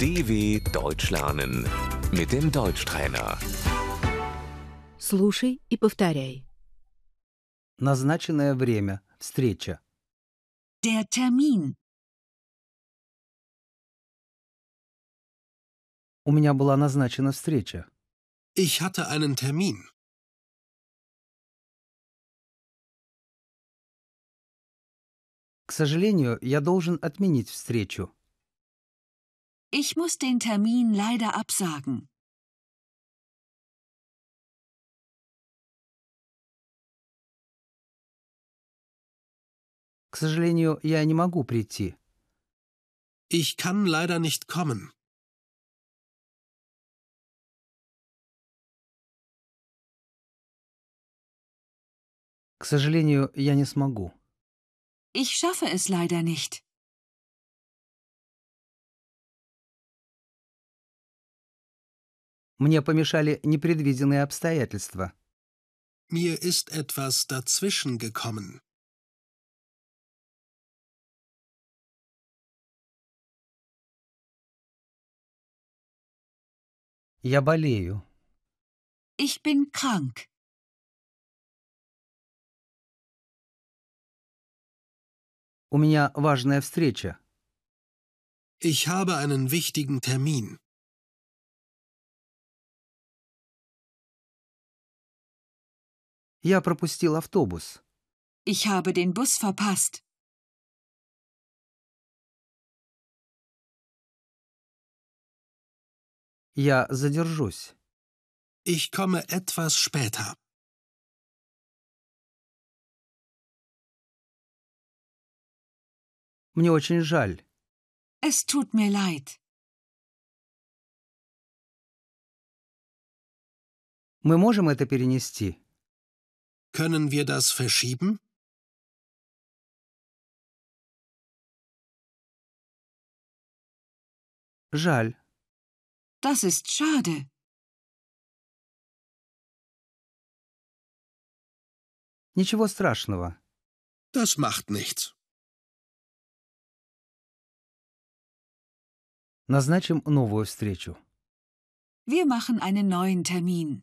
DW Deutsch lernen mit dem Deutschtrainer. Слушай и повторяй. Назначенное время. Встреча. Der Termin. У меня была назначена встреча. Ich hatte einen Termin. К сожалению, я должен отменить встречу. Ich muss den Termin leider absagen. К сожалению, я не могу прийти. Ich kann leider nicht kommen. К сожалению, я не смогу. Ich schaffe es leider nicht. Мне помешали непредвиденные обстоятельства. Mir ist etwas dazwischen gekommen. Я болею. Ich bin krank. У меня важная встреча. Ich habe einen wichtigen Termin. Я пропустил автобус. Ich habe den Bus verpasst. Я задержусь. Ich komme etwas später. Мне очень жаль. Es tut mir leid. Мы можем это перенести? Können wir das verschieben? Жаль. Das ist schade. Ничего страшного. Das macht nichts. Назначим новую встречу. Wir machen einen neuen Termin.